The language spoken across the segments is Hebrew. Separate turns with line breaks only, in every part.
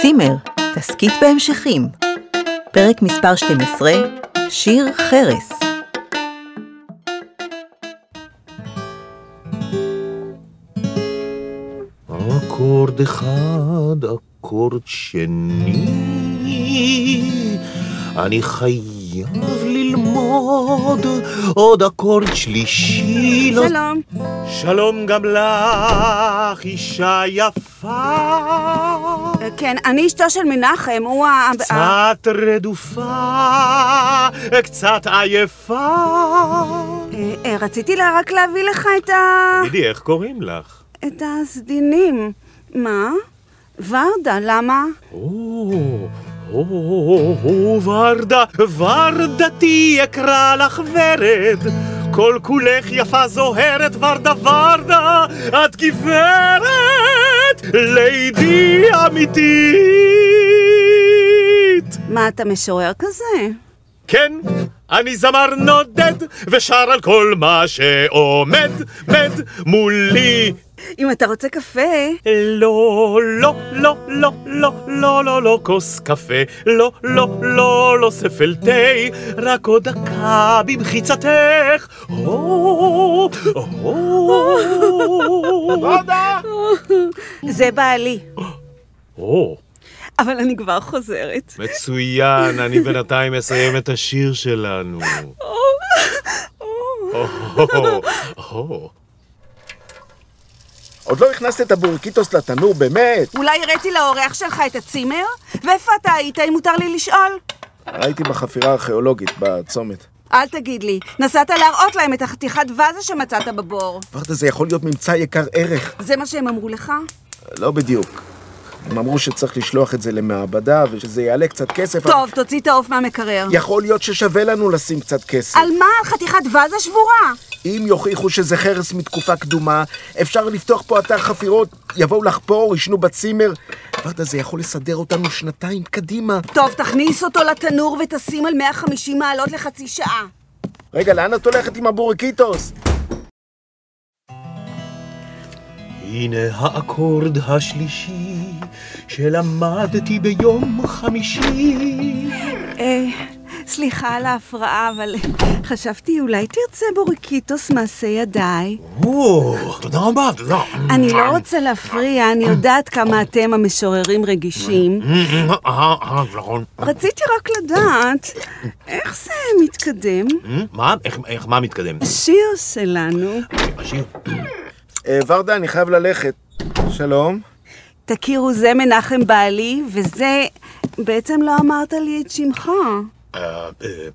צימר, תסכית בהמשכים. פרק מספר 12, שיר חרס.
אקורד אחד, אקורד שני, אני חייב ללמוד עוד אקורד שלישי. לא-
שלום.
שלום גם לך, אישה יפה.
כן, אני אשתו של מנחם, הוא ה... ה-
קצת רדופה, קצת עייפה.
אה, אה, רציתי לה- רק להביא לך את ה...
תגידי, איך קוראים לך?
את הסדינים. מה? ורדה, למה?
או, או, או, ורדה, ורדתי אקרא לך ורד. כל כולך יפה זוהרת, ורדה ורדה, את גברת, לידי אמיתית.
מה, אתה משורר כזה?
כן, אני זמר נודד, ושר על כל מה שעומד, מד מולי
אם אתה רוצה קפה...
לא, לא, לא, לא, לא, לא, לא, לא, כוס קפה, לא, לא, לא, לא, ספל תה, רק עוד דקה במחיצתך. הו, oh, הו. ורדה!
זה בעלי.
או,
אבל אני כבר חוזרת.
מצוין, אני בינתיים אסיים את השיר שלנו. Oh, או, או.
עוד לא הכנסת את הבורקיטוס לתנור, באמת.
אולי הראתי לאורח שלך את הצימר? ואיפה אתה היית, אם מותר לי לשאול?
הייתי בחפירה הארכיאולוגית בצומת.
אל תגיד לי. נסעת להראות להם את החתיכת ואזה שמצאת בבור.
ורדה, זה יכול להיות ממצא יקר ערך.
זה מה שהם אמרו לך?
לא בדיוק. הם אמרו שצריך לשלוח את זה למעבדה ושזה יעלה קצת כסף. אבל
טוב, תוציא את העוף מהמקרר.
יכול להיות ששווה לנו לשים קצת כסף.
על מה? על חתיכת ואזה שבורה?
אם יוכיחו שזה חרס מתקופה קדומה, אפשר לפתוח פה אתר חפירות, יבואו לחפור, ישנו בצימר. ורדה, זה יכול לסדר אותנו שנתיים קדימה.
טוב, תכניס אותו לתנור ותשים על 150 מעלות לחצי שעה.
רגע, לאן את הולכת עם הבורקיטוס?
הנה האקורד השלישי שלמדתי ביום חמישי.
אה, סליחה על ההפרעה, אבל חשבתי אולי תרצה בוריקיטוס מעשה ידיי.
או, תודה רבה, תודה.
אני לא רוצה להפריע, אני יודעת כמה אתם המשוררים רגישים.
אה, אה, נכון.
רציתי רק לדעת, איך זה מתקדם?
מה? איך- איך מה מתקדם?
השיר שלנו.
השיר?
אה, ורדה, אני חייב ללכת. שלום.
תכירו, זה מנחם בעלי, וזה... בעצם לא אמרת לי את שמך.
אה, אה.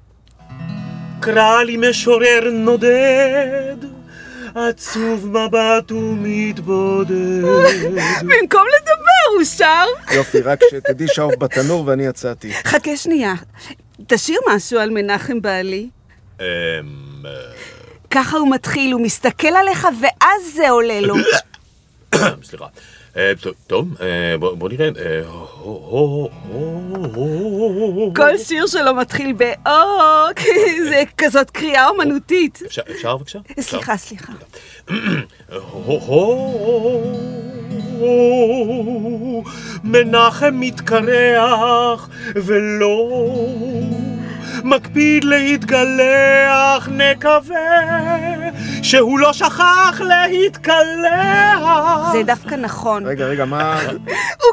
קרא לי משורר נודד, עצוב מבט ומתבודד.
במקום לדבר, הוא שר.
יופי, רק שתדעי שהעוף בתנור ואני יצאתי.
חכה שנייה, תשאיר משהו על מנחם בעלי.
אמ, אה,
ככה הוא מתחיל, הוא מסתכל עליך ואז זה עולה לו.
סליחה. אה, טוב, טוב, אה, בוא בוא נראה. אה, הו, הו, הו, הו.
כל שיר שלו מתחיל ב... או, זה כזאת קריאה אומנותית.
אפשר- אפשר בבקשה? אפשר?
סליחה, סליחה.
הו, מנחם מתקרח ולא מקפיד להתגלח, נקווה שהוא לא שכח להתקלח.
זה דווקא נכון.
רגע, רגע, מה...
הוא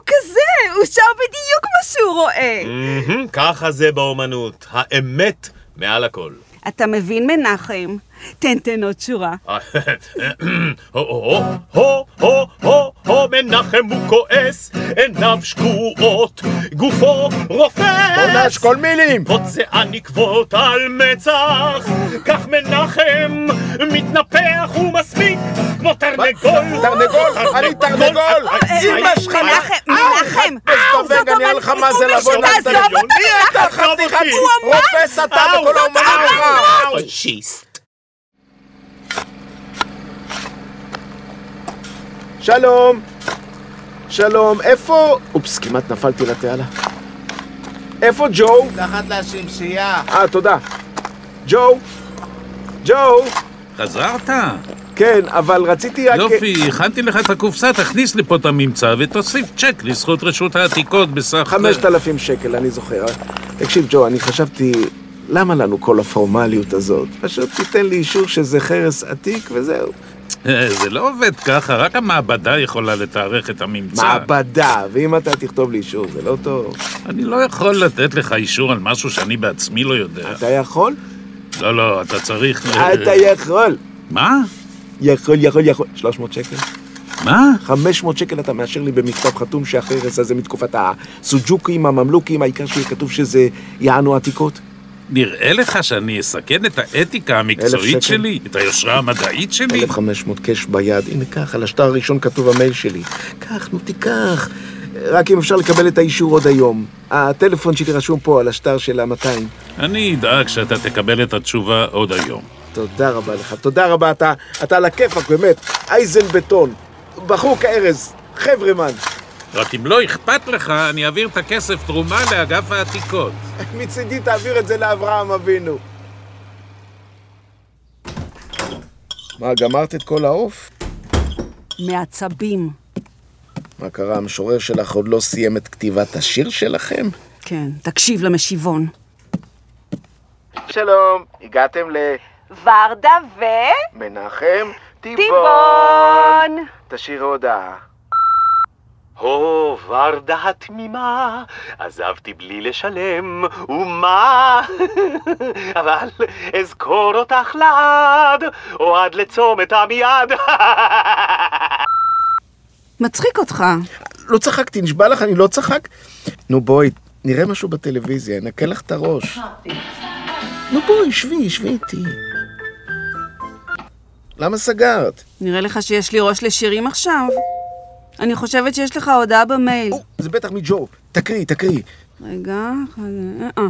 כזה, הוא שר בדיוק מה שהוא רואה.
אה?
מהמם, ככה זה באומנות, האמת מעל הכל.
אתה מבין, מנחם? תן תן עוד שורה.
אה, הו, הו, הו, הו, הו, הו, מנחם הוא כועס, עיניו שקועות, גופו רופס.
עונש כל מילים!
הוצאה נקבות על מצח, כך מנחם מתנפח ומסמיק, כמו תרנגול.
תרנגול, אני תרנגול! אמא שלך!
אה, מנחם,
אה,
מנחם! זאת
אל תסתובב, אני אראה
אומנות,
לך מה זה
זאת
לבוא
אומנות,
לתרנגול.
תעזוב אותה,
מי אתה חתיכת רופס אתה
אה,
וכל האומנות שלך!
פשיסט.
שלום! שלום, איפה... אופס, כמעט נפלתי לתעלה. איפה ג'ו?
מתחת לשמשייה.
אה, תודה. ג'ו? ג'ו?
חזרת?
כן, אבל רציתי רק...
יופי, הכנתי לך את הקופסה, תכניס לי פה את הממצא ותוסיף צ'ק לזכות רשות העתיקות בסך...
חמשת אלפים שקל, אני זוכר. תקשיב, ג'ו, אני חשבתי, למה לנו כל הפורמליות הזאת? פשוט תיתן לי אישור שזה חרס עתיק וזהו.
אה, זה לא עובד ככה, רק המעבדה יכולה לתארך את הממצא.
מעבדה, ואם אתה תכתוב לי אישור, זה לא טוב.
אני לא יכול לתת לך אישור על משהו שאני בעצמי לא יודע.
אתה יכול?
לא, לא, אתה צריך... אה,
אתה יכול.
מה?
יכול, יכול, יכול. 300 שקל?
מה?
500 שקל אתה מאשר לי במכתב חתום שהחרס הזה מתקופת הסוג'וקים, הממלוכים, העיקר שיהיה כתוב שזה יענו עתיקות?
נראה לך שאני אסכן את האתיקה
שקל.
המקצועית שלי? את היושרה המדעית שלי?
1,500 קש ביד, הנה קח, על השטר הראשון כתוב המייל שלי. קח, נו תיקח. רק אם אפשר לקבל את האישור עוד היום. הטלפון שלי רשום פה על השטר של ה-200.
אני אדאג שאתה תקבל את התשובה עוד היום.
תודה רבה לך, תודה רבה, אתה, אתה על הכיפאק, באמת. אייזנבטון, בחוק ארז, חברמן,
רק אם לא אכפת לך, אני אעביר את הכסף תרומה לאגף העתיקות.
מצידי תעביר את זה לאברהם אבינו. מה, גמרת את כל העוף?
מעצבים.
מה קרה, המשורר שלך עוד לא סיים את כתיבת השיר שלכם?
כן, תקשיב למשיבון.
שלום, הגעתם
ורדה ו...
למנחם
טיבון.
תשאיר הודעה.
הו, ורדה התמימה, עזבתי בלי לשלם, ומה? אבל אזכור אותך לעד, או עד לצומת עמיעד.
מצחיק אותך.
לא צחקתי, נשבע לך, אני לא צחק. נו בואי, נראה משהו בטלוויזיה, נקה לך את הראש. נו בואי, שבי, שבי איתי. למה סגרת?
נראה לך שיש לי ראש לשירים עכשיו? אני חושבת שיש לך הודעה במייל.
או, זה בטח מג'ו. תקריאי, תקריאי.
רגע, אה, אה.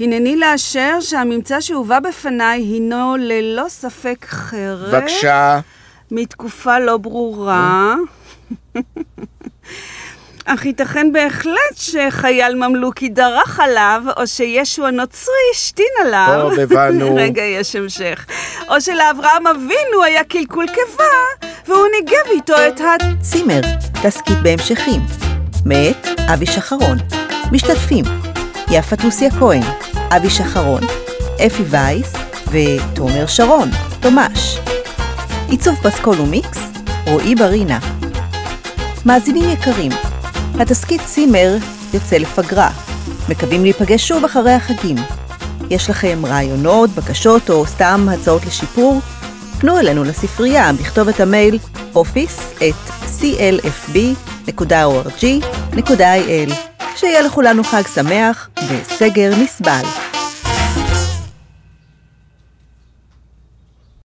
הנני לאשר שהממצא שהובא בפניי הינו ללא ספק חרס.
בבקשה.
מתקופה לא ברורה. אך ייתכן בהחלט שחייל ממלוכי דרך עליו, או שישו הנוצרי השתין עליו.
טוב, הבנו.
רגע, יש המשך. או שלאברהם אבינו היה קלקול קיבה, והוא ניגב איתו את ה...
צימר, תסכית בהמשכים. מאת אבי שחרון. משתתפים יפה תוסיה כהן, אבי שחרון, אפי וייס ותומר שרון, תומש. עיצוב פסקול ומיקס, רועי ברינה. מאזינים יקרים, התסכית צימר יוצא לפגרה. מקווים להיפגש שוב אחרי החגים. יש לכם רעיונות, בקשות או סתם הצעות לשיפור? פנו אלינו לספרייה בכתובת המייל office at clfb.org.il. שיהיה לכולנו חג שמח וסגר נסבל.